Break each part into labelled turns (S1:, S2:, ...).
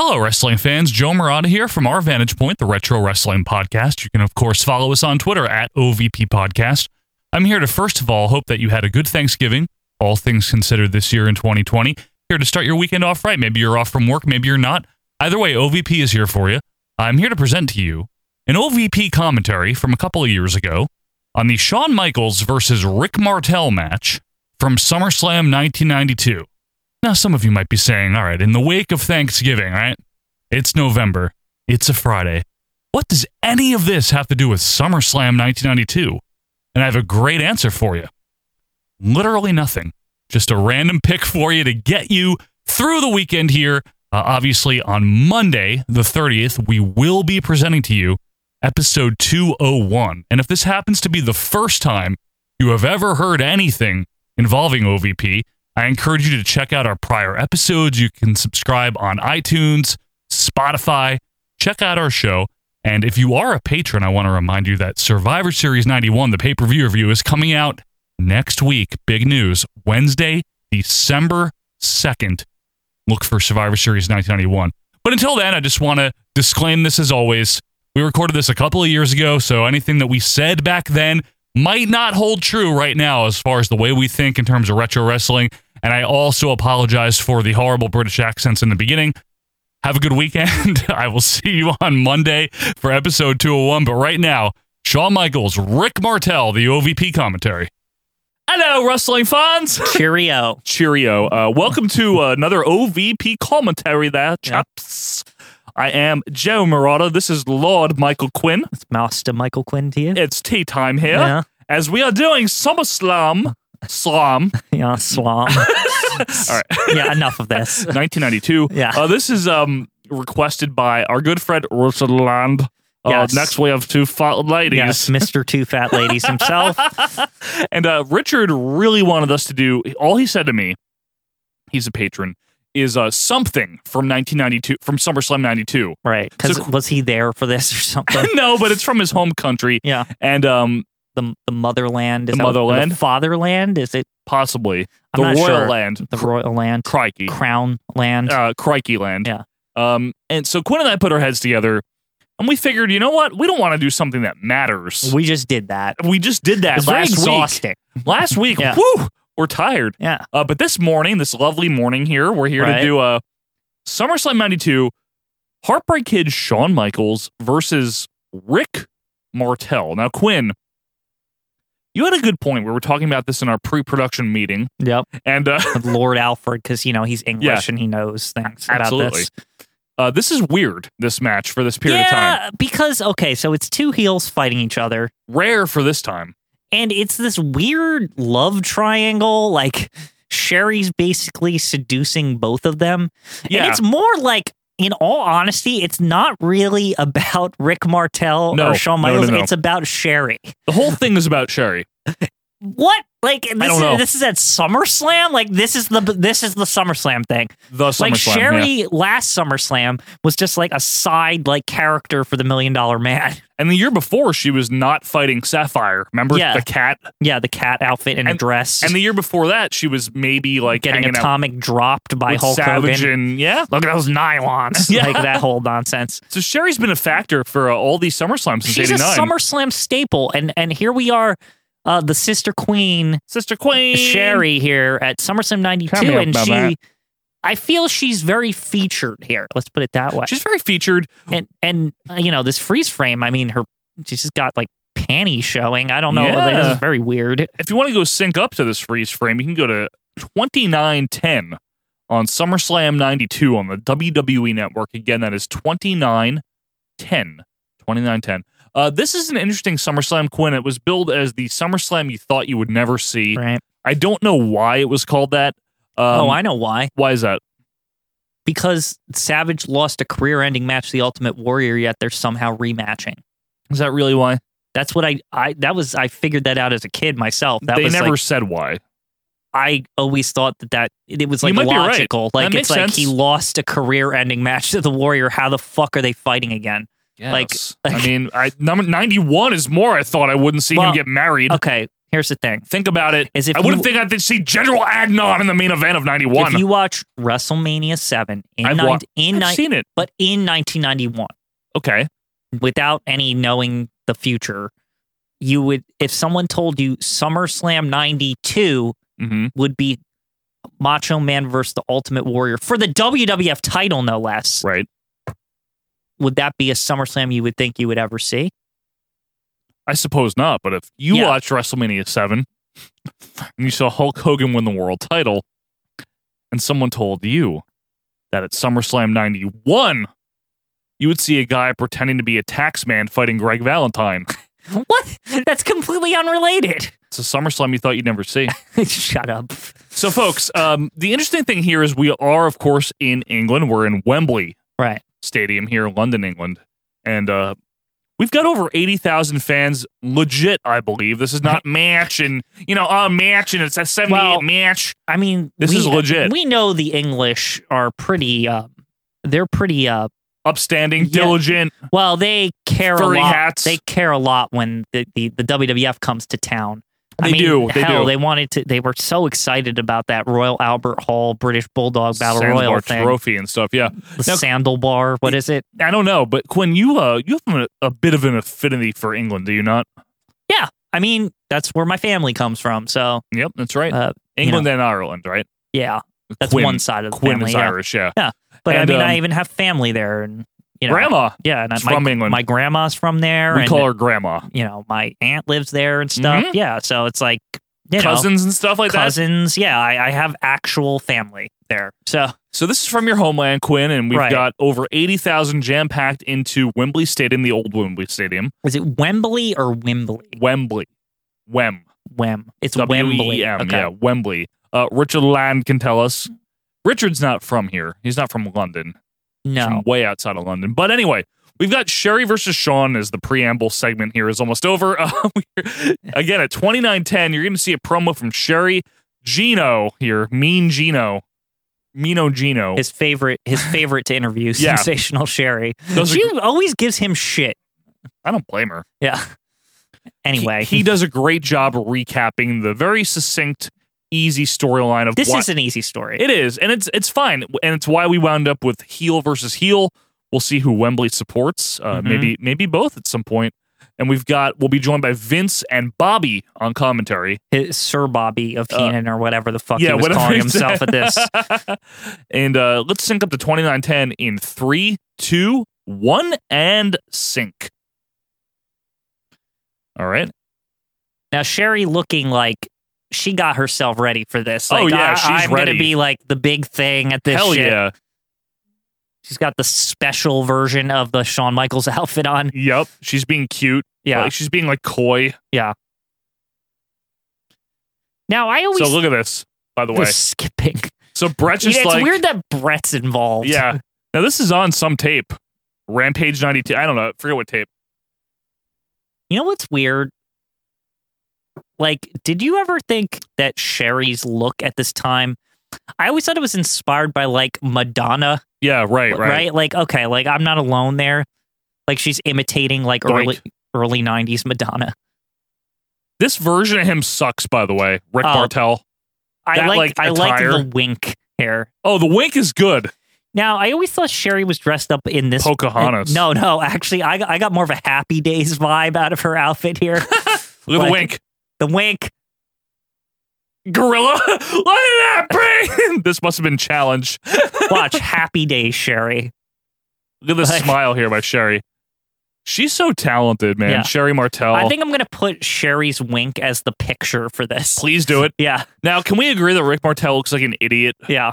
S1: Hello, wrestling fans. Joe Murata here from our Vantage Point, the Retro Wrestling Podcast. You can, of course, follow us on Twitter at OVP Podcast. I'm here to, first of all, hope that you had a good Thanksgiving, all things considered this year in 2020. Here to start your weekend off right. Maybe you're off from work, maybe you're not. Either way, OVP is here for you. I'm here to present to you an OVP commentary from a couple of years ago on the Shawn Michaels versus Rick Martel match from SummerSlam 1992. Now, some of you might be saying, all right, in the wake of Thanksgiving, right? It's November. It's a Friday. What does any of this have to do with SummerSlam 1992? And I have a great answer for you. Literally nothing. Just a random pick for you to get you through the weekend here. Uh, obviously, on Monday, the 30th, we will be presenting to you episode 201. And if this happens to be the first time you have ever heard anything involving OVP, I encourage you to check out our prior episodes. You can subscribe on iTunes, Spotify, check out our show. And if you are a patron, I want to remind you that Survivor Series 91, the pay per view review, is coming out next week. Big news Wednesday, December 2nd. Look for Survivor Series 1991. But until then, I just want to disclaim this as always. We recorded this a couple of years ago, so anything that we said back then might not hold true right now as far as the way we think in terms of retro wrestling. And I also apologize for the horrible British accents in the beginning. Have a good weekend. I will see you on Monday for episode 201. But right now, Shawn Michaels, Rick Martel, the OVP commentary. Hello, wrestling fans.
S2: Cheerio.
S1: Cheerio. Uh, welcome to another OVP commentary there, chaps. I am Joe Murata. This is Lord Michael Quinn.
S2: It's Master Michael Quinn to you.
S1: It's tea time here.
S2: Yeah.
S1: As we are doing SummerSlam. Slam.
S2: Yeah, swamp.
S1: All right.
S2: yeah, enough of this.
S1: 1992.
S2: Yeah.
S1: Uh, this is um requested by our good friend Rosalind. Uh,
S2: Yes.
S1: Next, we have two fat
S2: Yes,
S1: ladies.
S2: Mr. Two Fat Ladies himself.
S1: And uh, Richard really wanted us to do all he said to me, he's a patron, is uh, something from 1992, from SummerSlam 92.
S2: Right. Because
S1: So-
S2: was he there for this or something?
S1: no, but it's from his home country.
S2: yeah.
S1: And um,
S2: The, the motherland. Is
S1: The
S2: that what-
S1: motherland?
S2: The fatherland? Is it
S1: possibly
S2: I'm
S1: the
S2: not
S1: royal
S2: sure.
S1: land.
S2: the royal land?
S1: Crikey.
S2: Crown land?
S1: uh, Crikey Land.
S2: Yeah.
S1: Um, and so Quinn and I put our heads together, and we figured, you know what? We don't want to do something that matters.
S2: we just did that.
S1: We just did that
S2: It's very
S1: last
S2: exhausting.
S1: week. Last week,
S2: Yeah.
S1: whew, we're tired.
S2: Yeah.
S1: Uh, but this morning, this lovely morning here, we're here
S2: Right.
S1: to do a SummerSlam '92 Heartbreak Kid Shawn Michaels versus Rick Martel. Now, Quinn, you had a good point. We were talking about this in our pre-production meeting,
S2: Yep.
S1: and uh,
S2: With Lord Alfred, because, you know, he's English
S1: Yeah.
S2: and he knows things about
S1: Absolutely.
S2: this.
S1: uh, this is weird. This match for this period of time,
S2: yeah, because, okay, so it's two heels fighting each other.
S1: rare for this time.
S2: and it's this weird love triangle like sherry's basically seducing both of them
S1: Yeah.
S2: and it's more like in all honesty it's not really about rick martel
S1: No,
S2: or shawn
S1: no, no,
S2: michaels
S1: no.
S2: it's about sherry
S1: The whole thing is about Sherry.
S2: what like this,
S1: don't
S2: is,
S1: know.
S2: this is at SummerSlam. Like this is the this is the SummerSlam thing.
S1: The
S2: like
S1: SummerSlam,
S2: Sherry
S1: yeah.
S2: last SummerSlam was just like a side like character for the Million Dollar Man.
S1: And the year before, she was not fighting Sapphire. Remember
S2: Yeah.
S1: the cat?
S2: Yeah, the cat outfit and, a
S1: And-
S2: dress,
S1: And the year before that, she was maybe like
S2: getting
S1: hanging out
S2: atomic dropped by
S1: with
S2: Hulk
S1: Savage
S2: Hogan.
S1: and yeah.
S2: look at those nylons.
S1: Yeah.
S2: Like that whole nonsense.
S1: So Sherry's been a factor for uh, all these SummerSlams since
S2: She's a
S1: '89.
S2: SummerSlam staple. And and here we are, uh, the sister queen,
S1: Sister Queen
S2: Sherry, here at SummerSlam 92.
S1: Tell me
S2: And
S1: about
S2: she,
S1: that.
S2: I feel she's very featured here. Let's put it that way.
S1: She's very featured.
S2: and, and uh, you know, this freeze frame, I mean, her, she's just got like panties showing. I don't know. Like,
S1: Yeah.
S2: This is very weird.
S1: If you want to go sync up to this freeze frame, you can go to 2910 on SummerSlam 92 on the WWE network. Again, that is 2910. 2910. Uh, this is an interesting SummerSlam Quinn. It was billed as the SummerSlam you thought you would never see.
S2: Right.
S1: I don't know why it was called that. Um,
S2: oh, I know why.
S1: why is that?
S2: Because Savage lost a career ending match to the Ultimate Warrior, yet they're somehow rematching.
S1: Is that really why?
S2: That's what I, I that was I figured that out as a kid myself. That
S1: they
S2: was
S1: never
S2: like,
S1: said why.
S2: I always thought that that it was
S1: You
S2: like
S1: might be right.
S2: logical. Like
S1: That
S2: it's
S1: makes
S2: like he
S1: sense.
S2: lost a career-ending match to the Warrior. How the fuck are they fighting again?
S1: Like,
S2: like-
S1: I mean, I, number 91 is more I thought I wouldn't see
S2: Well,
S1: him get married.
S2: Okay, here's the thing.
S1: Think about it.
S2: Is if
S1: I wouldn't
S2: you-
S1: think I would see General Agnon in the main event of '91.
S2: If you watch WrestleMania 7 in,
S1: I've
S2: nine
S1: wa-
S2: in
S1: I've
S2: nine-
S1: seen it.
S2: but in 1991
S1: Okay.
S2: without any knowing the future, you would if someone told you SummerSlam 92
S1: Mm-hmm.
S2: would be Macho Man versus the Ultimate Warrior for the WWF title no less.
S1: Right.
S2: Would that be a SummerSlam you would think you would ever see?
S1: I suppose not. But if you
S2: Yeah.
S1: watched WrestleMania Seven and you saw Hulk Hogan win the world title, and someone told you that at SummerSlam '91 you would see a guy pretending to be a tax man fighting Greg Valentine,
S2: What? That's completely unrelated.
S1: it's a SummerSlam you thought you'd never see.
S2: Shut up.
S1: So, folks, um, the interesting thing here is we are, of course, in England. We're in Wembley
S2: Right.
S1: Stadium here in London, England. And uh, we've got over 80,000 fans, legit, I believe. This is not match and, you know, a match and it's a 78
S2: Well-
S1: match.
S2: I mean,
S1: This
S2: we-
S1: is legit.
S2: We know the English are pretty. Um, they're pretty. Uh,
S1: Upstanding,
S2: Yeah.
S1: diligent.
S2: well, they care
S1: Furry
S2: a lot.
S1: hats.
S2: They care a lot when the, the, the WWF comes to town. I
S1: They
S2: mean,
S1: do, they
S2: hell,
S1: do.
S2: They wanted to. They were so excited about that Royal Albert Hall British Bulldog Oh, Battle
S1: Sandbar
S2: Royal thing.
S1: trophy and stuff. Yeah.
S2: the
S1: Now-
S2: sandal bar. What is it?
S1: I don't know. But Quinn, you, uh, you have a, a bit of an affinity for England, do you not?
S2: I mean, that's where my family comes from. So
S1: Yep, that's right.
S2: Uh,
S1: England and Ireland, right?
S2: yeah, that's
S1: Quinn,
S2: one side of the
S1: Quinn
S2: family.
S1: is
S2: yeah.
S1: Irish, yeah.
S2: But
S1: And,
S2: I mean,
S1: um,
S2: I even have family there, and you know,
S1: grandma.
S2: yeah, and I-
S1: is
S2: my,
S1: from England.
S2: my grandma's from there.
S1: We
S2: and,
S1: call her grandma.
S2: you know, my aunt lives there and stuff. Yeah, so it's like you
S1: cousins and stuff
S2: know,
S1: like that.
S2: cousins. Yeah, I, I have actual family there. So
S1: So this is from your homeland, Quinn, and we've
S2: Right.
S1: got over eighty thousand jam packed into Wembley Stadium, the old Wembley Stadium,
S2: is it Wembley or Wembley?
S1: Wembley, Wem,
S2: Wem. It's Wembley.
S1: W-E-M,
S2: okay.
S1: E yeah, Wembley. Uh, Richard Land can tell us. Richard's not from here. He's not from London. He's
S2: No.
S1: from way outside of London. But anyway, we've got Sherry versus Sean as the preamble segment here is almost over. Uh, we're- again, at twenty nine ten, you're going to see a promo from Sherry Gino here, Mean Gino, Mino Gino.
S2: His favorite, his favorite to interview,
S1: Yeah.
S2: sensational Sherry.
S1: Those are
S2: she always gives him shit.
S1: I don't blame her.
S2: Yeah. Anyway,
S1: he, he does a great job recapping the very succinct, easy storyline of
S2: this
S1: why-
S2: is an easy story.
S1: it is, and it's it's fine, and it's why we wound up with heel versus heel. We'll see who Wembley supports, uh,
S2: Mhm.
S1: maybe maybe both at some point. And we've got we'll be joined by Vince and Bobby on commentary.
S2: His Sir Bobby of
S1: Uh,
S2: Heenan or whatever the fuck
S1: yeah,
S2: he was
S1: whatever
S2: calling
S1: he said.
S2: himself at this.
S1: and uh, let's sync up to twenty nine ten in three, two, one, and sync. All right.
S2: Now Sherry looking like she got herself ready for this. Like,
S1: Oh, yeah,
S2: I,
S1: she's
S2: I'm
S1: ready.
S2: gonna be like the big thing at this.
S1: Hell
S2: shit.
S1: yeah.
S2: She's got the special version of the Shawn Michaels outfit on.
S1: Yep. She's being cute.
S2: Yeah.
S1: Like, she's being like coy.
S2: Now I always
S1: So look at this, by the
S2: the
S1: way.
S2: skipping.
S1: So Brett
S2: Yeah,
S1: just
S2: it's
S1: like
S2: weird that Brett's involved.
S1: Yeah. Now this is on some tape. Rampage ninety two. I don't know. I forget what tape.
S2: You know what's weird? Like, did you ever think that Sherry's look at this time? I always thought it was inspired by like Madonna,
S1: Yeah, right, right.
S2: Like, okay, like I'm not alone there. Like she's imitating like
S1: Doink.
S2: early early '90s Madonna.
S1: This version of him sucks, by the way. Rick
S2: Oh.
S1: Martel.
S2: I
S1: That,
S2: like,
S1: like,
S2: I
S1: attire.
S2: like the wink hair.
S1: Oh, the wink is good.
S2: Now I always thought Sherry was dressed up in this.
S1: Pocahontas.
S2: No, no, actually, I got, I got more of a Happy Days vibe out of her outfit here.
S1: Look at the
S2: Like-
S1: wink.
S2: the wink,
S1: Gorilla. Look at that brain. this must have been challenge.
S2: watch Happy Days, Sherry.
S1: Look at this
S2: Like-
S1: smile here by Sherry. She's so talented, man.
S2: Yeah.
S1: Sherry Martel.
S2: I think I'm gonna put Sherry's wink as the picture for this.
S1: Please do it.
S2: Yeah,
S1: Now, can we agree that Rick Martel looks like an idiot?
S2: yeah.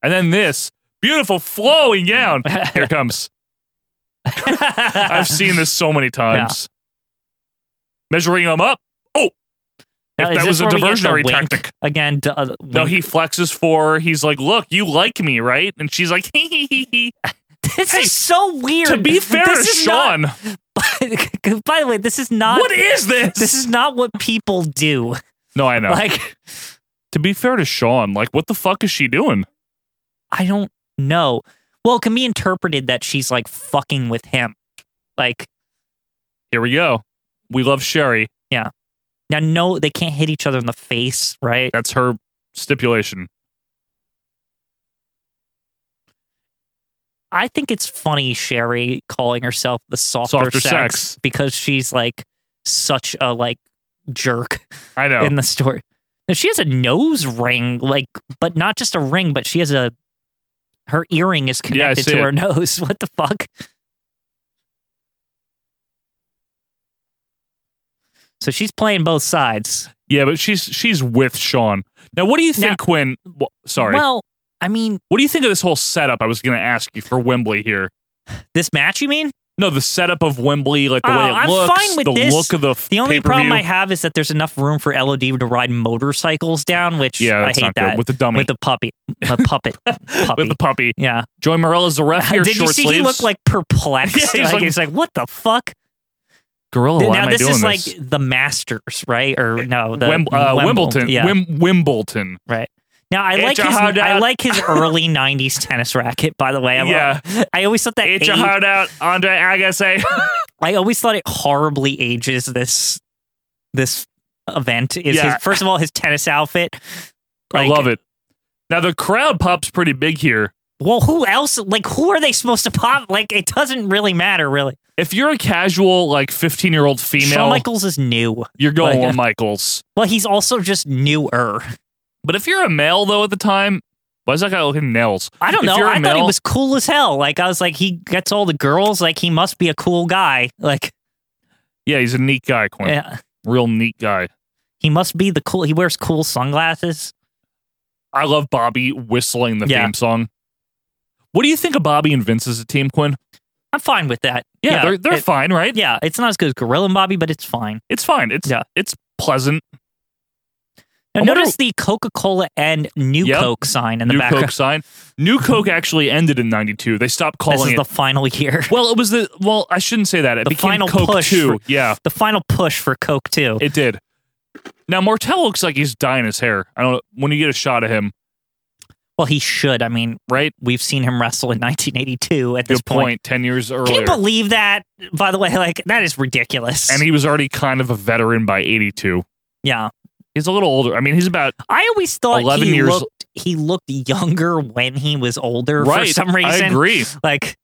S1: And then this beautiful flowing gown. Here it comes. I've
S2: I've
S1: seen this so many times. Measuring him up. Oh, if that was a diversionary tactic.
S2: again. d- uh,
S1: No,
S2: wink.
S1: he flexes for. her. He's like, "Look, you like me, right?" And she's like, "Hee hee hee hee."
S2: This
S1: Hey,
S2: is so weird.
S1: To be fair, to
S2: this is not-
S1: Sean,
S2: by the way, this is not.
S1: what is this?
S2: This is not what people do.
S1: no, I know.
S2: Like,
S1: to be fair to Sean, like, what the fuck is she doing?
S2: I don't know. Well, it can be interpreted that she's like fucking with him. Like,
S1: Here we go. We love Sherry.
S2: Yeah. Now, no, they can't hit each other in the face, right?
S1: That's her stipulation.
S2: I think it's funny Sherry calling herself the softer,
S1: Softer
S2: sex,
S1: sex.
S2: because she's like such a like jerk
S1: I know.
S2: in the story. Now, she has a nose ring, like, but not just a ring, but she has a her earring is
S1: Yeah, I
S2: connected
S1: see
S2: to
S1: it.
S2: her nose. What the fuck? So she's playing both sides.
S1: yeah, but she's she's with Sean. Now, what do you
S2: Now-
S1: think when? Well, sorry.
S2: Well, I mean,
S1: what do you think of this whole setup? I was going to ask you for Wembley here.
S2: this match, you mean?
S1: No, the setup of Wembley, like the
S2: Oh,
S1: way it
S2: I'm
S1: looks,
S2: fine with
S1: the
S2: this.
S1: look of the
S2: The only
S1: pay-per-view.
S2: problem I have is that there's enough room for LOD to ride motorcycles down, which
S1: yeah,
S2: I
S1: that's
S2: hate
S1: not good
S2: that.
S1: with the dummy,
S2: With the puppy. The puppet. puppy.
S1: with the puppy.
S2: yeah.
S1: Joy Morella's the ref here.
S2: Did you
S1: short
S2: see
S1: sleeves.
S2: he looked like perplexed?
S1: Yeah, he's
S2: like,
S1: like-
S2: he's like, what the fuck?
S1: gorilla? Why
S2: now
S1: am I
S2: this
S1: doing
S2: is like
S1: this?
S2: the Masters, right? Or no, the
S1: Wem- uh,
S2: Wemble-
S1: Wimbledon.
S2: Yeah.
S1: Wim- Wimbledon.
S2: now I
S1: It's
S2: like
S1: a
S2: his
S1: hard
S2: I
S1: out.
S2: like his early '90s tennis racket. By the way, I,
S1: Yeah.
S2: I always thought that
S1: It's
S2: age-
S1: your heart out, Andre Agassi.
S2: I always thought it horribly ages this this event. Is
S1: Yeah.
S2: his, first of all his tennis outfit.
S1: I love it. Now the crowd pop's pretty big here.
S2: Well, who else? Like, who are they supposed to pop? Like, it doesn't really matter, really.
S1: If you're a casual, like 15 year old female,
S2: Shawn Michaels is new.
S1: you're going
S2: like-
S1: on Michaels.
S2: Well, he's also just newer.
S1: But if you're a male though, at the time, why is that guy looking nails?
S2: I don't
S1: If
S2: know.
S1: you're a
S2: I thought he
S1: male-
S2: was cool as hell. Like I was like, he gets all the girls. Like he must be a cool guy. Like
S1: Yeah, he's a neat guy, Quinn.
S2: yeah,
S1: Real neat guy.
S2: he must be the cool. He wears cool sunglasses.
S1: I love Bobby whistling the
S2: Yeah.
S1: theme song. What do you think of Bobby and Vince as a team, Quinn?
S2: I'm fine with that.
S1: Yeah, they're they're
S2: it-
S1: fine, right?
S2: yeah. It's not as good as Gorilla and Bobby, but it's fine.
S1: It's fine. It's
S2: Yeah.
S1: it's pleasant.
S2: Now
S1: I wonder-
S2: notice the Coca Cola and New
S1: Yep.
S2: Coke sign in the
S1: New
S2: background.
S1: Coke sign. New Coke actually ended in '92. They stopped
S2: This
S1: calling
S2: is
S1: it.
S2: the final year.
S1: well, it was the well. I shouldn't say that. It
S2: The
S1: became
S2: final
S1: Coke
S2: push
S1: Two.
S2: for-
S1: yeah,
S2: The final push for Coke too.
S1: it did. Now Martel looks like he's dyeing his hair. I don't. When you get a shot of him,
S2: well, he should. I mean,
S1: right?
S2: we've seen him wrestle in 1982. At this
S1: Good point. Ten years
S2: point,
S1: earlier,
S2: can't believe that. By the way, like that is ridiculous.
S1: and he was already kind of a veteran by '82.
S2: yeah.
S1: He's a little older. I mean, he's about
S2: I always thought
S1: 11
S2: he
S1: years-
S2: looked he looked younger when he was older
S1: right.
S2: for some reason.
S1: I agree.
S2: Like,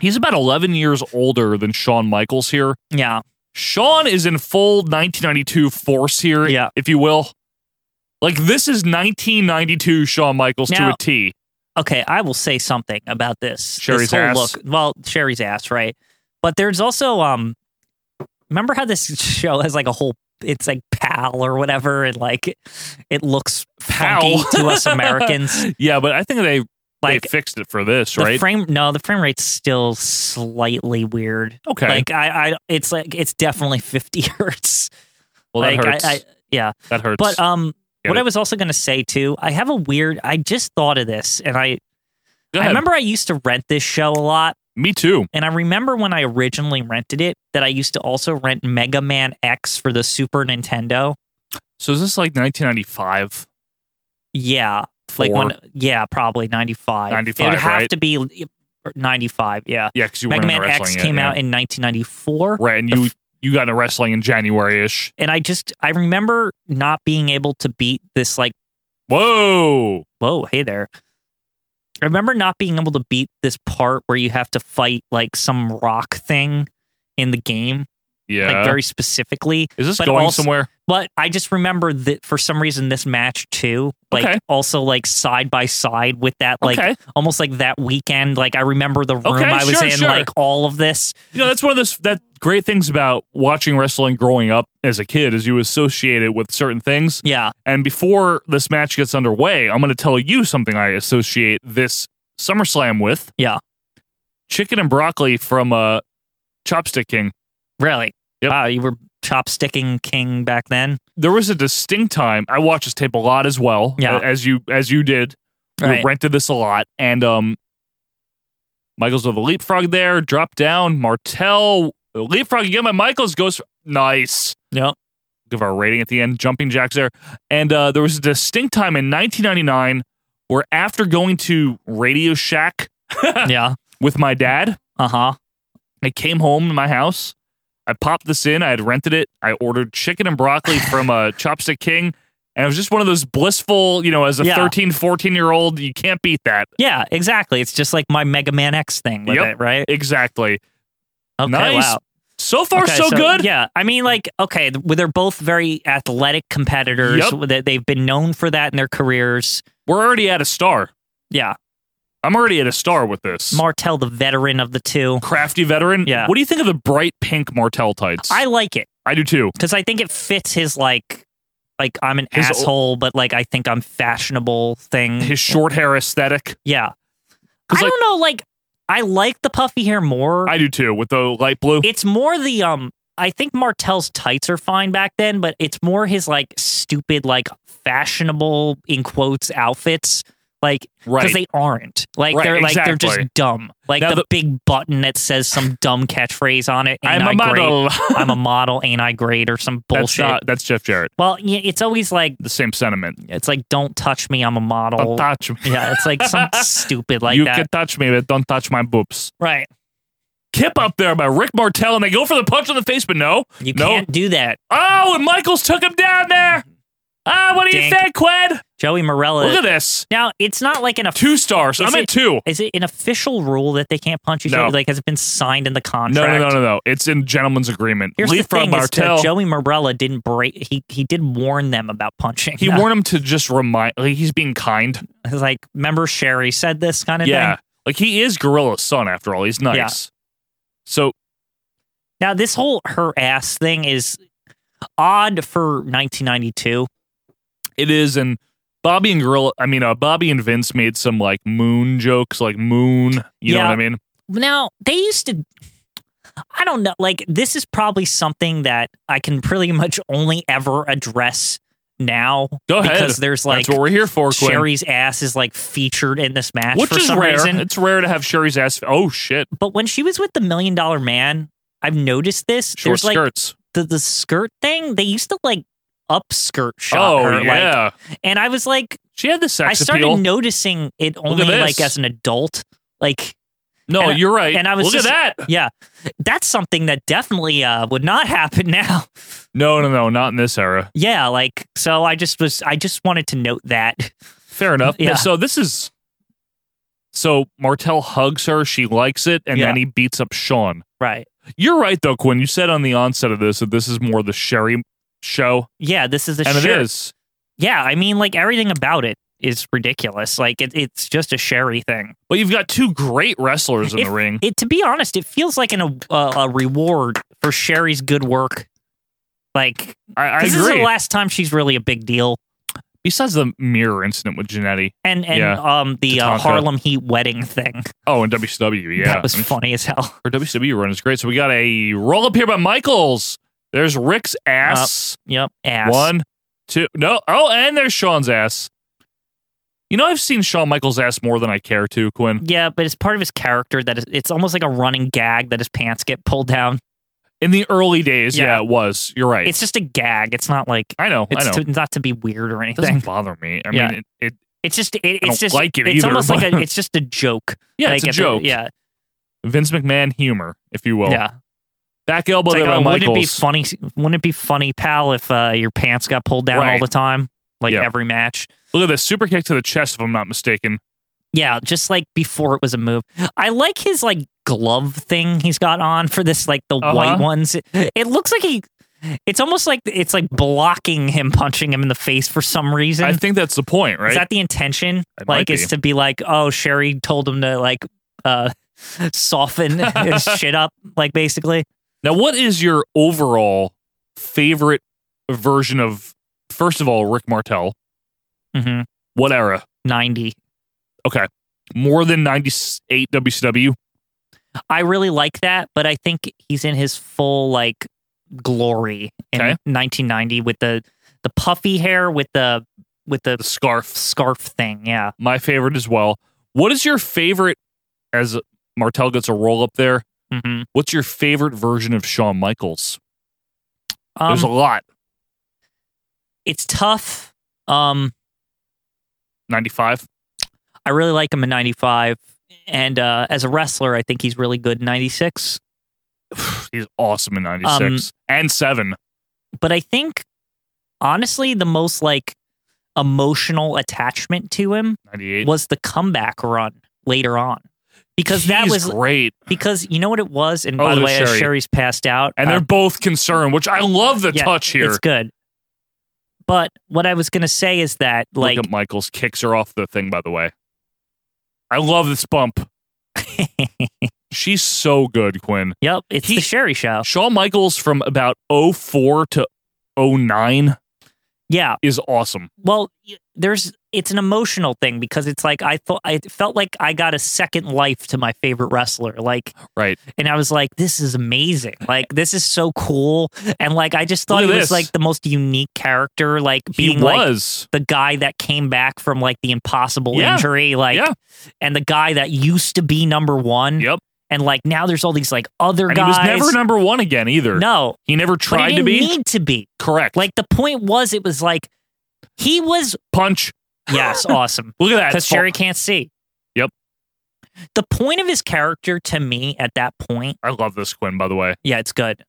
S1: He's about 11 years older than Shawn Michaels here.
S2: yeah,
S1: Sean is in full 1992 force here,
S2: Yeah.
S1: if you will. Like this is 1992 Shawn Michaels to
S2: Now-
S1: a T.
S2: okay, I will say something about this.
S1: Sherry's
S2: this whole
S1: ass.
S2: Look, well, Sherry's ass, right? But there's also um, remember how this show has like a whole it's like pal or whatever, and like it looks funky
S1: Pal.
S2: to us Americans.
S1: Yeah, but I think they
S2: Like
S1: they fixed it for this,
S2: the
S1: right?
S2: frame, no, the frame rate's still slightly weird.
S1: okay.
S2: Like I, I, it's like it's definitely 50 hertz.
S1: well, that
S2: like,
S1: hurts.
S2: I, I, yeah.
S1: that hurts.
S2: But um,
S1: Get
S2: what
S1: it.
S2: I was also going to say too, I have a weird. I just thought of this, and I
S1: Go
S2: I
S1: ahead.
S2: remember I used to rent this show a lot,
S1: Me too.
S2: and I remember when I originally rented it that I used to also rent Mega Man X for the Super Nintendo.
S1: So is this like 1995?
S2: Yeah, like
S1: Four?
S2: when yeah, probably ninety five. It
S1: 95,
S2: would have
S1: right?
S2: to be ninety five. Yeah,
S1: yeah, because you
S2: Mega
S1: were into
S2: Man
S1: wrestling.
S2: X
S1: yet,
S2: came
S1: yeah.
S2: out in nineteen ninety four.
S1: right, and
S2: the
S1: you
S2: f-
S1: you got into wrestling in January ish.
S2: And I just I remember not being able to beat this like
S1: Whoa!
S2: whoa, hey there. I remember not being able to beat this part where you have to fight like some rock thing in the game,
S1: Yeah,
S2: like very specifically.
S1: is this
S2: but
S1: going
S2: also-
S1: somewhere?
S2: But I just remember that for some reason this match too, like
S1: Okay.
S2: also like side by side with that, like
S1: okay,
S2: almost like that weekend. Like I remember the room
S1: Okay,
S2: I was
S1: sure,
S2: in,
S1: sure.
S2: like all of this.
S1: You know, that's one of those that great things about watching wrestling growing up as a kid is you associate it with certain things.
S2: Yeah,
S1: And before this match gets underway, I'm going to tell you something I associate this SummerSlam with.
S2: Yeah.
S1: chicken and broccoli from uh, Chopstick King.
S2: really.
S1: Yep.
S2: Wow, you were chopsticking king back then,
S1: There was a distinct time I watched this tape a lot as well.
S2: Yeah.
S1: uh, as you as you did. We
S2: Right.
S1: rented this a lot, and um, Michaels with a leapfrog there, drop down, Martel leapfrog again by Michaels goes nice.
S2: Yep.
S1: Give our rating at the end, jumping jacks there, and uh, there was a distinct time in 1999 where after going to Radio Shack
S2: yeah,
S1: with my dad,
S2: uh huh.
S1: I came home to my house. I I popped this in. I had rented it. I ordered chicken and broccoli from a Chopstick King. And it was just one of those blissful, you know, as a
S2: Yeah.
S1: thirteen, fourteen 13, 14 year old, you can't beat that.
S2: Yeah, exactly. It's just like my Mega Man X thing with
S1: Yep.
S2: it, right?
S1: Exactly.
S2: Okay,
S1: Nice.
S2: wow.
S1: So far,
S2: Okay,
S1: so, good.
S2: Yeah, I mean, like, okay, th- they're both very athletic competitors.
S1: Yep.
S2: That they've been known for that in their careers.
S1: We're already at a star.
S2: Yeah,
S1: I'm already at a star with this.
S2: Martel, the veteran of the two,
S1: Crafty veteran.
S2: Yeah.
S1: What do you think of the bright pink Martell tights?
S2: I like it
S1: I do too.
S2: because I think it fits his like, like I'm an
S1: His o-
S2: asshole, but like I think I'm fashionable thing.
S1: His short hair aesthetic.
S2: yeah, I
S1: 'Cause, like-
S2: don't know. Like, I like the puffy hair more.
S1: I do too, with the light blue.
S2: it's more the um I think Martel's tights are fine back then, but it's more his like stupid, like fashionable in quotes outfits. Like
S1: right.
S2: because they aren't. Like
S1: Right,
S2: they're like they're
S1: exactly.
S2: just dumb. Like
S1: Now
S2: the,
S1: the-
S2: big button that says some dumb catchphrase on it. Ain't
S1: I'm
S2: I
S1: a
S2: great?
S1: model.
S2: I'm a model. Ain't I great? Or some
S1: that's,
S2: bullshit.
S1: not, that's Jeff Jarrett.
S2: well, yeah, it's always like
S1: The same sentiment.
S2: it's like don't touch me. I'm a
S1: Don't
S2: model.
S1: touch me.
S2: yeah, it's like some stupid like
S1: you
S2: that.
S1: can touch me, but don't touch my boobs.
S2: right.
S1: Kip up there by Rick Martell, and they go for the punch in the face, but no.
S2: You
S1: No.
S2: can't do that.
S1: Oh, and Michaels took him down there. Ah, what do you
S2: Dink.
S1: think, Qued?
S2: Joey Morella.
S1: Look at this.
S2: now it's not like an
S1: Two stars.
S2: Is
S1: I'm at
S2: it-
S1: two.
S2: Is it an official rule that they can't punch each
S1: No.
S2: other? Like, has it been signed in the
S1: No,
S2: contract?
S1: no, no, no, no. It's in gentleman's agreement.
S2: Here's
S1: Leave
S2: the thing:
S1: from
S2: is that
S1: Martell.
S2: Joey Morella didn't break. He he did warn them about punching.
S1: He warned him to just remind. Like, he's being kind.
S2: It was like, remember Sherry said this kind of
S1: Yeah.
S2: thing.
S1: Like he is Gorilla's son after all. He's nice.
S2: Yeah.
S1: So
S2: Now this whole her ass thing is odd for 1992.
S1: It is, and Bobby and Gorilla. I mean, uh, Bobby and Vince made some like moon jokes, like moon. You know
S2: Yeah.
S1: what I mean?
S2: Now they used to. I don't know. Like this is probably something that I can pretty much only ever address now
S1: Go ahead.
S2: because there's like
S1: That's what we're here for, Quinn.
S2: Sherry's ass is like featured in this match
S1: Which
S2: for
S1: is
S2: some
S1: rare.
S2: reason.
S1: It's rare to have Sherry's ass. Oh shit!
S2: But when she was with the Million Dollar Man, I've noticed this.
S1: Short
S2: There's like
S1: skirts.
S2: the, the skirt thing. They used to like upskirt shot
S1: Oh
S2: her, like,
S1: yeah.
S2: and I was like,
S1: she had the
S2: I
S1: sex
S2: started
S1: appeal.
S2: noticing it only like
S1: this.
S2: as an adult. Like
S1: no,
S2: and I-
S1: you're right.
S2: and I was
S1: Look
S2: just-
S1: at that.
S2: that's something that definitely uh, would not happen now.
S1: No, no, no, not in this era.
S2: yeah, like so. I just was. I just wanted to note that.
S1: Fair enough.
S2: Yeah.
S1: So this is. So Martel hugs her. She likes it, and
S2: Yeah.
S1: then he beats up Sean.
S2: Right.
S1: You're right though, Quinn. You said on the onset of this that this is more the Sherry show,
S2: Yeah. This is a
S1: and
S2: Sher-
S1: it is.
S2: Yeah. I mean, like everything about it is ridiculous. Like it, it's just a Sherry thing.
S1: But you've got two great wrestlers in
S2: If-
S1: the ring.
S2: it to be honest, it feels like an, a, a reward for Sherry's good work. Like
S1: I, I
S2: this is the
S1: agree.
S2: last time she's really a big deal,
S1: Besides the mirror incident with Janetti.
S2: and and
S1: Yeah.
S2: um the uh,
S1: Tatanka.
S2: Harlem Heat wedding thing
S1: Oh, and WCW. Yeah.
S2: that was
S1: I mean,
S2: funny as hell.
S1: Her WCW run is great. So we got a roll up here by Michaels. There's Rick's ass.
S2: Yep, ass.
S1: One, two. No. Oh, and there's Sean's ass. You know, I've seen Shawn Michaels' ass more than I care to, Quinn.
S2: Yeah, but it's part of his character that is, it's almost like a running gag that his pants get pulled down.
S1: In the early days, yeah,
S2: Yeah.
S1: it was. You're right.
S2: It's just a gag. It's not like
S1: I know. I
S2: it's
S1: know.
S2: to, not to be weird or
S1: it doesn't
S2: anything.
S1: bother me. I
S2: Yeah.
S1: mean, it, it
S2: It's just it, it's
S1: don't
S2: just
S1: like it
S2: it's
S1: either,
S2: almost like
S1: but-
S2: a, it's just a joke.
S1: yeah, it's
S2: like
S1: a
S2: at the-
S1: joke.
S2: yeah,
S1: Vince McMahon humor, if you will.
S2: yeah.
S1: Back elbow
S2: It's
S1: there
S2: like,
S1: by
S2: oh, wouldn't it be
S1: Michaels.
S2: funny? Wouldn't it be funny, pal, if uh, your pants got pulled down all
S1: Right.
S2: the time, like
S1: Yeah.
S2: every match?
S1: Look at this super kick to the chest, if I'm not mistaken.
S2: Yeah, just like before it was a move. I like his like glove thing he's got on for this, like the white
S1: Uh-huh.
S2: ones. It looks like he. It's almost like it's like blocking him punching him in the face for some reason.
S1: I think that's the point, right?
S2: Is that the intention?
S1: It might
S2: like,
S1: be.
S2: is to be like, oh, Sherry told him to like uh soften his shit up, like basically.
S1: now, what is your overall favorite version of, first of all, Rick Martel?
S2: hmm
S1: What era?
S2: Ninety.
S1: More than 98 WCW?
S2: I really like that, but I think he's in his full like glory in
S1: Okay.
S2: 1990 with the the puffy hair with the with the
S1: The scarf.
S2: scarf thing. Yeah,
S1: My favorite as well. What is your favorite, as Martel gets a roll up there,
S2: hmm
S1: what's your favorite version of Shawn Michaels?
S2: um,
S1: There's a lot.
S2: it's tough. Um,
S1: 95?
S2: I really like him in '95, and uh, as a wrestler, I think he's really good in '96.
S1: He's awesome in
S2: um,
S1: 96 and 7.
S2: but I think honestly the most like emotional attachment to him
S1: 98.
S2: was the comeback run later on. Because that
S1: He's
S2: was
S1: great.
S2: because you know what it was, and
S1: Oh,
S2: by the
S1: there's
S2: way, as
S1: Sherry.
S2: Sherry's passed out,
S1: And
S2: uh,
S1: they're both concerned, which I love the
S2: yeah,
S1: touch here.
S2: it's good. But what I was gonna say is that like
S1: Look at Michaels kicks her off the thing, by the way. I love this bump. She's so good, Quinn.
S2: Yep, it's
S1: He-
S2: the Sherry show.
S1: Shawn Michaels from about 04 to 09
S2: Yeah.
S1: is awesome.
S2: Well, y- there's it's an emotional thing because it's like I thought I felt like I got a second life to my favorite wrestler. Like
S1: Right.
S2: and I was like, this is amazing. Like this is so cool. And like I just thought
S1: Look
S2: he
S1: at
S2: was
S1: this.
S2: like the most unique character, like being
S1: he
S2: like
S1: was.
S2: the guy that came back from like the impossible
S1: Yeah.
S2: injury, like
S1: Yeah.
S2: and the guy that used to be number one.
S1: Yep.
S2: And like now there's all these like other
S1: and
S2: guys.
S1: he was never number one again either.
S2: no,
S1: He never
S2: but he
S1: tried to
S2: didn't
S1: be.
S2: need to be.
S1: Correct.
S2: Like the point was, it was like he was
S1: punch.
S2: yes, awesome
S1: Look at that.
S2: because
S1: Fu-
S2: Sherry can't see.
S1: Yep.
S2: The point of his character to me at that point,
S1: I love this Quinn, by the way.
S2: yeah, it's good.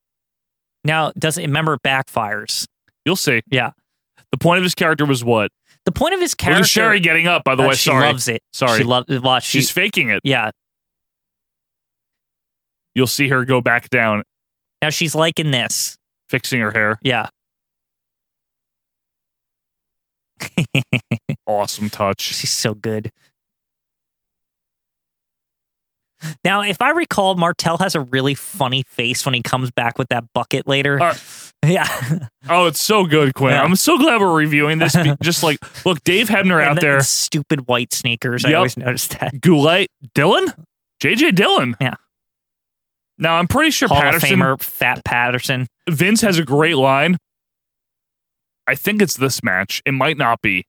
S2: Now, it doesn't remember it backfires.
S1: You'll see.
S2: Yeah.
S1: The point of his character was what?
S2: The point of his
S1: Look
S2: character,
S1: at Sherry getting up, by the
S2: uh,
S1: way.
S2: she
S1: Sorry.
S2: loves it.
S1: Sorry.
S2: She loves watch. She,
S1: She's faking it.
S2: yeah.
S1: You'll see her go back down,
S2: Now she's liking this.
S1: fixing her hair.
S2: Yeah.
S1: Awesome touch.
S2: She's so good. Now, if I recall, Martel has a really funny face when he comes back with that bucket later.
S1: Uh,
S2: yeah.
S1: Oh, it's so good, Quinn.
S2: Yeah.
S1: I'm so glad we're reviewing this. be- Just like, look, Dave Hebner
S2: And
S1: out
S2: the-
S1: there,
S2: the Stupid white sneakers. I
S1: Yep.
S2: always noticed that.
S1: Goulet, Dylan, JJ Dylan.
S2: Yeah.
S1: Now, I'm pretty sure
S2: Hall
S1: Patterson
S2: of Famer Fat Patterson.
S1: Vince has a great line. I think it's this match. It might not be.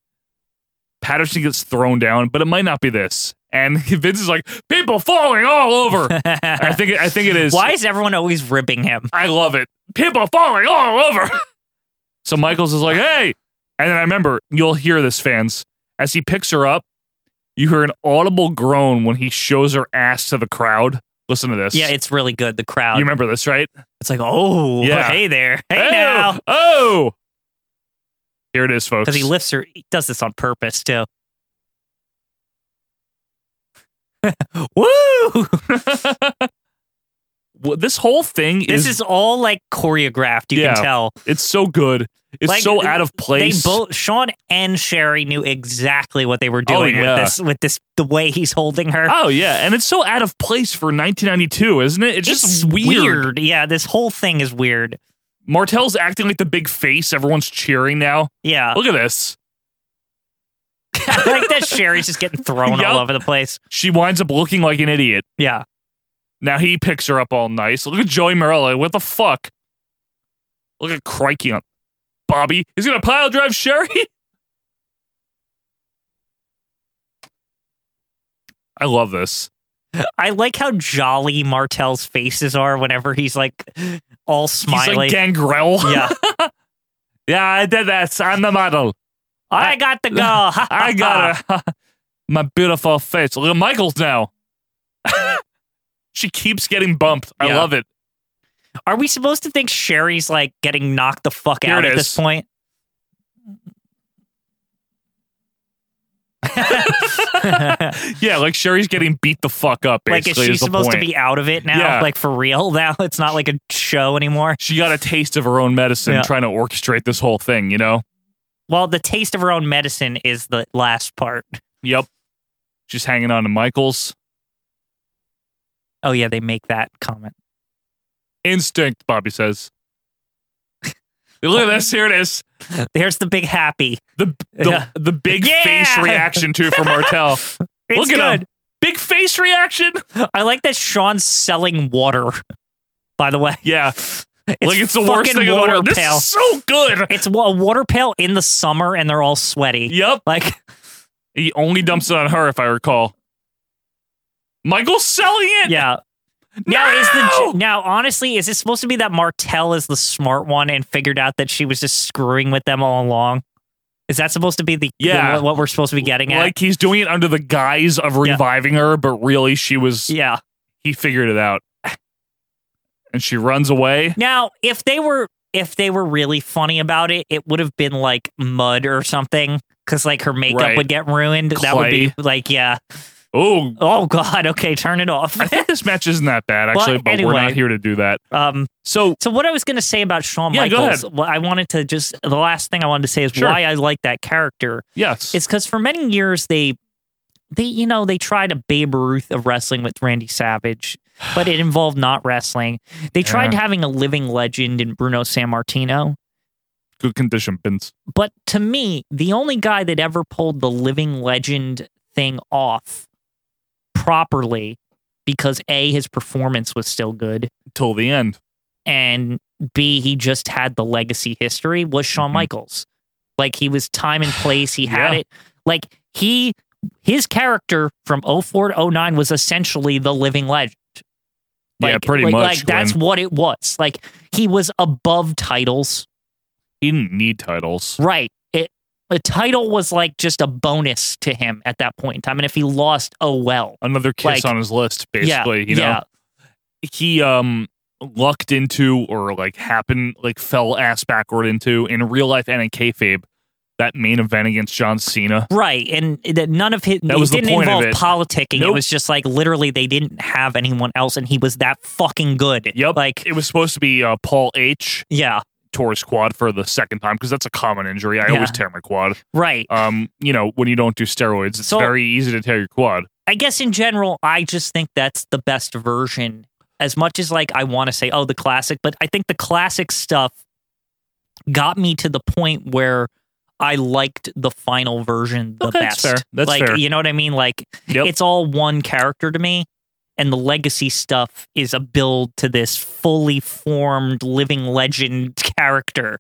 S1: Patterson gets thrown down, but it might not be this. And Vince is like, people falling all over. I think I think it is.
S2: Why is everyone always ribbing him?
S1: I love it. People falling all over. so Michaels is like, hey. And then I remember, you'll hear this, fans. As he picks her up, you hear an audible groan when he shows her ass to the crowd. Listen to this.
S2: Yeah, it's really good. The crowd.
S1: you remember this, right?
S2: it's like, oh,
S1: Yeah.
S2: hey there, hey,
S1: oh,
S2: now,
S1: Oh. Here it is, folks.
S2: because he lifts her. He does this on purpose too. Woo!
S1: Well, this whole thing
S2: This
S1: is,
S2: is all like choreographed. You
S1: Yeah.
S2: can tell.
S1: it's so good. It's
S2: Like,
S1: so out of place.
S2: They both Sean and Sherry knew exactly what they were doing
S1: Oh, yeah.
S2: with this. With this, the way he's holding her.
S1: oh yeah, and it's so out of place for 1992, isn't it? It's just
S2: It's
S1: weird.
S2: weird. Yeah, this whole thing is weird.
S1: Martel's acting like the big face. Everyone's cheering now.
S2: Yeah.
S1: Look at this.
S2: I like that Sherry's just getting thrown all
S1: Yup.
S2: over the place.
S1: She winds up looking like an idiot.
S2: Yeah.
S1: Now he picks her up all nice. Look at Joey Morello. What the fuck? Look at Crikey on Bobby. He's gonna pile drive Sherry. I love this.
S2: I like how jolly Martel's faces are whenever he's like all
S1: He's
S2: smiley.
S1: like Gangrel.
S2: yeah.
S1: Yeah, I did that. I'm the model.
S2: I got the girl.
S1: I got her. My beautiful face. Look at Michaels now. she keeps getting bumped. I
S2: Yeah.
S1: love it.
S2: Are we supposed to think Sherry's like getting knocked the fuck
S1: Here
S2: out
S1: it
S2: at
S1: is.
S2: this point?
S1: Yeah, like Sherry's getting beat the fuck up.
S2: like,
S1: Basically,
S2: is she
S1: the
S2: supposed
S1: point.
S2: to be out of it now?
S1: Yeah.
S2: Like, for real now? It's not like a show anymore.
S1: She got a taste of her own medicine
S2: Yeah.
S1: trying to orchestrate this whole thing, you know?
S2: Well, the taste of her own medicine is the last part.
S1: Yep. She's hanging on to Michaels.
S2: Oh, yeah, they make that comment.
S1: Instinct, Bobby says. Look at this. Here it is.
S2: There's the big happy.
S1: The the,
S2: Yeah.
S1: the big
S2: Yeah!
S1: face reaction too from Martel.
S2: It's
S1: Look at
S2: good.
S1: him. Big face reaction.
S2: I like that Sean's selling water. By the way,
S1: Yeah. like it's the worst
S2: fucking
S1: thing in the
S2: water
S1: world.
S2: pail.
S1: This is so good.
S2: It's wa- a water pail in the summer, and they're all sweaty.
S1: Yep.
S2: Like,
S1: He only dumps it on her, if I recall. Michael's selling it.
S2: yeah. Now is
S1: No!
S2: the now honestly is it supposed to be that Martell is the smart one and figured out that she was just screwing with them all along? Is that supposed to be the
S1: Yeah.
S2: the- what we're supposed to be getting at?
S1: Like he's doing it under the guise of
S2: Yeah.
S1: reviving her, but really she was
S2: yeah,
S1: he figured it out. and she runs away.
S2: Now, if they were if they were really funny about it, it would have been like mud or something cuz like her makeup
S1: Right.
S2: would get ruined. That would be
S1: Clay.
S2: like yeah.
S1: Oh,
S2: Oh god, okay, turn it off.
S1: I think this match isn't that bad actually, but we're
S2: anyway.
S1: not here to do that.
S2: um
S1: So
S2: so what I was going to say about Shawn
S1: Yeah, go
S2: Michaels, what I wanted to just the last thing I wanted to say is
S1: Sure.
S2: why I like that character.
S1: yes,
S2: It's cuz for many years they they you know, they tried a Babe Ruth of wrestling with Randy Savage, but it involved not wrestling. They tried
S1: Yeah.
S2: having a living legend in Bruno San Martino.
S1: good condition pins.
S2: But to me, the only guy that ever pulled the living legend thing off properly because A, his performance was still good,
S1: till the end.
S2: and B, he just had the legacy history was Shawn
S1: Mhm.
S2: Michaels. Like he was time and place, he had
S1: Yeah.
S2: it. Like he, his character from 04 to 09 was essentially the living legend.
S1: yeah, pretty
S2: like-
S1: much.
S2: Like that's
S1: Glenn.
S2: what it was. Like he was above titles.
S1: he didn't need titles.
S2: Right. It a title was like just a bonus to him at that point in time. And if he lost, oh well.
S1: Another kiss
S2: Like,
S1: on his list, basically.
S2: yeah,
S1: you know,
S2: yeah.
S1: he um lucked into or like happened like fell ass backward into in real life and in kayfabe that main event against John Cena.
S2: Right. And that none of his
S1: That
S2: it
S1: was the
S2: didn't
S1: point of
S2: involve
S1: it.
S2: politicking. It
S1: Nope.
S2: was just like literally they didn't have anyone else and he was that fucking good.
S1: Yep.
S2: Like
S1: It was supposed to be uh, Paul H.
S2: yeah.
S1: tore his quad for the second time because that's a common injury. I
S2: Yeah.
S1: always tear my quad.
S2: Right.
S1: Um, you know, when you don't do steroids, it's
S2: So-
S1: very easy to tear your quad.
S2: I guess in general, I just think that's the best version. As much as like I want to say, oh, the classic, but I think the classic stuff got me to the point where I liked the final version the
S1: Okay,
S2: best.
S1: that's fair. That's
S2: like
S1: fair.
S2: you know what I mean? Like
S1: Yep.
S2: it's all one character to me. And the legacy stuff is a build to this fully formed living legend character.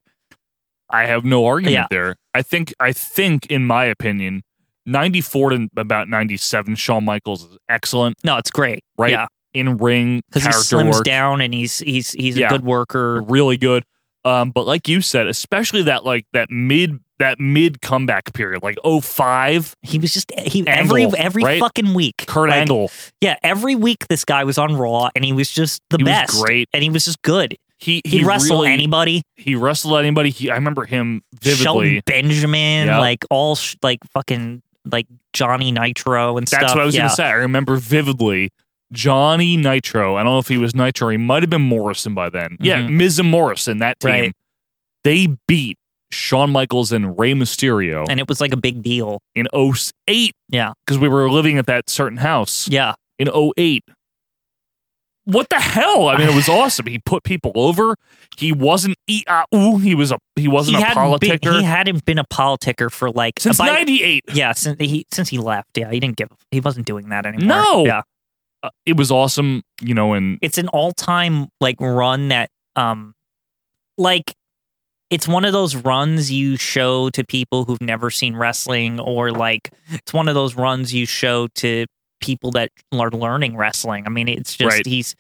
S1: I have no argument
S2: Yeah.
S1: there. I think I think in my opinion, 94 to about 97 Shawn Michaels is excellent,
S2: No, it's great.
S1: right?
S2: Yeah.
S1: In ring
S2: Because he
S1: character
S2: slims
S1: work.
S2: down and he's he's he's
S1: Yeah.
S2: a good worker.
S1: really good. Um, but like you said, especially that like that mid that mid comeback period, like 05,
S2: He was just he
S1: Angle,
S2: every every
S1: right?
S2: fucking week.
S1: Kurt
S2: Like,
S1: Angle,
S2: Yeah, every week this guy was on Raw and he was just the
S1: he
S2: best.
S1: was great.
S2: And he was just good.
S1: He
S2: He'd
S1: he
S2: wrestle
S1: really,
S2: anybody.
S1: he wrestled anybody. He, I remember him vividly.
S2: Shelton Benjamin,
S1: Yep.
S2: like all sh- like fucking like Johnny Nitro and
S1: That's
S2: stuff.
S1: what I was
S2: yeah.
S1: gonna say. I remember vividly Johnny Nitro. I don't know if he was Nitro. He might have been Morrison by then. Yeah,
S2: Mhm.
S1: Miz and Morrison. That team.
S2: Right.
S1: They beat Shawn Michaels and Rey Mysterio
S2: And it was like a big deal.
S1: in 08.
S2: Yeah.
S1: because we were living at that certain house.
S2: Yeah.
S1: in 08. What the hell? I mean, it was awesome. He put people over. He wasn't e ah, ooh. He was a he wasn't
S2: he
S1: a
S2: hadn't been-
S1: politicker
S2: he hadn't been a politicker for like
S1: since
S2: by-
S1: '98.
S2: Yeah, since he since he left. Yeah, he didn't give he wasn't doing that anymore.
S1: No.
S2: Yeah.
S1: Uh, it was awesome, you know. And
S2: it's an all-time like run that um like it's one of those runs you show to people who've never seen wrestling or like it's one of those runs you show to people that are learning wrestling i mean it's just
S1: Right.
S2: he's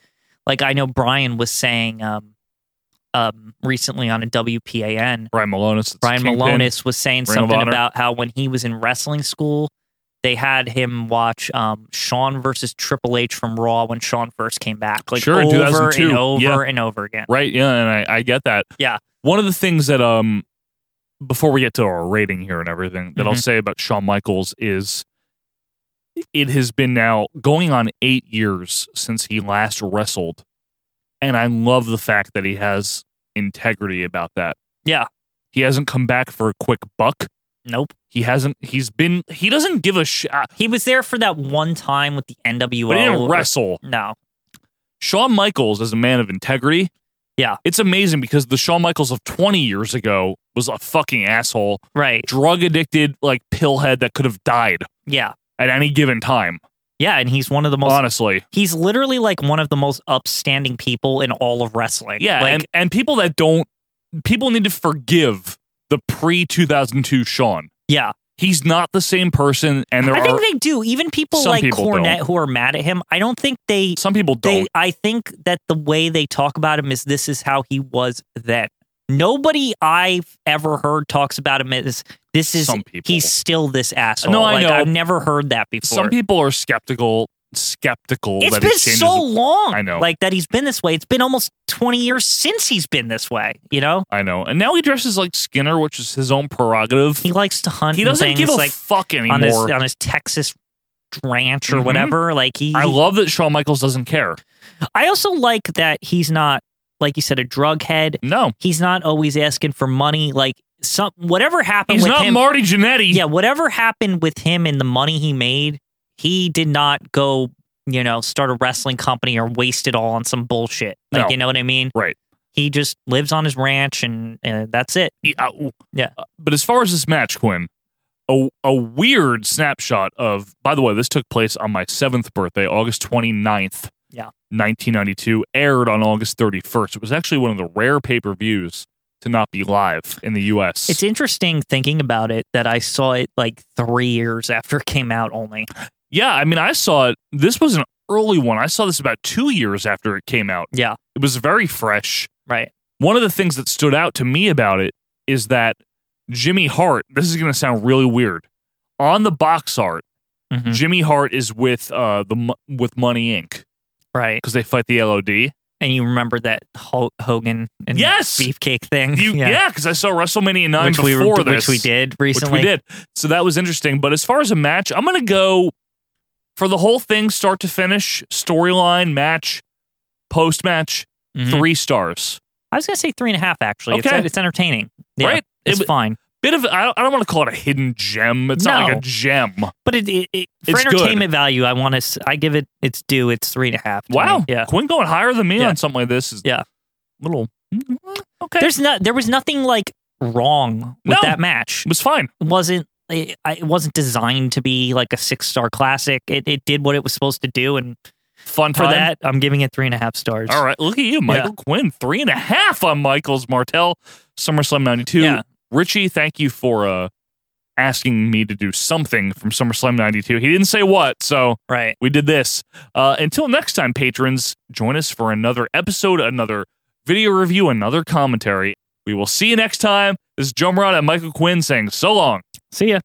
S2: like i know brian was saying um um recently on a wpan
S1: Brian Malonis,
S2: Brian
S1: Kingpin.
S2: Malonis was saying
S1: Ring of
S2: something
S1: Honor.
S2: about how when he was in wrestling school, they had him watch um, Sean versus Triple H from Raw when Sean first came back, like
S1: Sure, in
S2: over
S1: 2002.
S2: and over
S1: Yeah.
S2: and over again.
S1: right? Yeah, and I I get that.
S2: Yeah.
S1: one of the things that um before we get to our rating here and everything that I'll
S2: Mhm.
S1: say about Shawn Michaels is it has been now going on eight years since he last wrestled, and I love the fact that he has integrity about that.
S2: Yeah.
S1: he hasn't come back for a quick buck.
S2: Nope,
S1: He hasn't. He's been. He doesn't give a shit.
S2: he was there for that one time with the NWO.
S1: But he didn't wrestle.
S2: No,
S1: Shawn Michaels is a man of integrity.
S2: Yeah.
S1: It's amazing because the Shawn Michaels of 20 years ago was a fucking asshole,
S2: right?
S1: drug addicted, like pillhead that could have died
S2: Yeah,
S1: at any given time.
S2: yeah, and he's one of the most.
S1: honestly.
S2: He's literally like one of the most upstanding people in all of wrestling.
S1: Yeah.
S2: like
S1: and, and people that don't, people need to forgive the pre 2002 Shawn.
S2: yeah.
S1: He's not the same person. And there
S2: I
S1: are
S2: think they do. Even people
S1: Some
S2: like
S1: people don't.
S2: Cornette who are mad at him, I don't think they
S1: some people
S2: they
S1: don't.
S2: I think that the way they talk about him is this is how he was then. Nobody I've ever heard talks about him as this is
S1: Some people.
S2: he's still this asshole.
S1: No, I
S2: like
S1: know.
S2: I've never heard that before.
S1: some people are skeptical. skeptical
S2: It's
S1: that
S2: been
S1: it changes.
S2: so long.
S1: I know.
S2: Like that he's been this way. It's been almost 20 years since he's been this way, you know?
S1: I know. And now he dresses like Skinner, which is his own prerogative.
S2: He likes to hunt
S1: He
S2: and
S1: doesn't
S2: things
S1: give a
S2: like
S1: fuck anymore.
S2: on uh, his on his Texas ranch or
S1: Mhm.
S2: whatever. Like he
S1: I love that Shawn Michaels doesn't care.
S2: I also like that he's not like you said a drug head.
S1: No.
S2: He's not always asking for money like some whatever happened
S1: He's
S2: with
S1: not
S2: him.
S1: Marty Jannetty.
S2: yeah, whatever happened with him and the money he made, he did not go, you know, start a wrestling company or waste it all on some bullshit. Like,
S1: No.
S2: you know what I mean?
S1: Right.
S2: He just lives on his ranch and, uh that's it.
S1: Yeah, uh,
S2: Yeah.
S1: uh, But as far as this match, Quinn, a, a weird snapshot of, by the way, this took place on my seventh birthday, August 29th,
S2: Yeah.
S1: 1992, aired on August 31st. It was actually one of the rare pay per views to not be live in the U.S.
S2: It's interesting thinking about it that I saw it like three years after it came out only.
S1: yeah, I mean, I saw it. This was an early one. I saw this about two years after it came out.
S2: Yeah.
S1: It was very fresh.
S2: Right.
S1: One of the things that stood out to me about it is that Jimmy Hart, this is going to sound really weird, on the box art,
S2: Mhm.
S1: Jimmy Hart is with uh the Mo- with Money Inc.
S2: Right.
S1: because they fight the LOD. You
S2: And you remember that Ho- Hogan and
S1: Yes!
S2: Beefcake thing?
S1: yeah, because I saw WrestleMania nine
S2: which we,
S1: before
S2: were-
S1: this,
S2: which we did
S1: which we
S2: recently.
S1: did. So that was interesting. But as far as a match, I'm gonna go for the whole thing, start to finish, storyline, match, post match,
S2: Mhm.
S1: three stars.
S2: I was going to say three and a half, actually. It's,
S1: Okay.
S2: it's entertaining. Yeah,
S1: Right? It
S2: It's
S1: w-
S2: fine.
S1: bit of I don't, I don't want to call it a hidden gem. It's not like
S2: No.
S1: a gem.
S2: But it, it, it for
S1: It's good.
S2: entertainment value, I want to. I give it its due. It's three and a half. to
S1: Wow,
S2: me. Yeah.
S1: Quinn going higher than me
S2: Yeah.
S1: on something like this is
S2: Yeah.
S1: little mm, okay.
S2: There's not. There was nothing like wrong with
S1: No.
S2: that match.
S1: it was fine.
S2: It wasn't. It, I- it wasn't designed to be like a six star classic. It, it did what it was supposed to do, and
S1: Fun
S2: for
S1: time.
S2: that, I'm giving it three and a half stars.
S1: All right, look at you, Michael Quinn. Three and a half on Michael's Martel SummerSlam '92.
S2: Yeah.
S1: Richie, thank you for uh, asking me to do something from SummerSlam '92. He didn't say what, so
S2: right.
S1: we did this. Uh, until next time, patrons, join us for another episode, another video review, another commentary. We will see you next time. This is Joe Murata and Michael Quinn saying so long.
S2: See ya.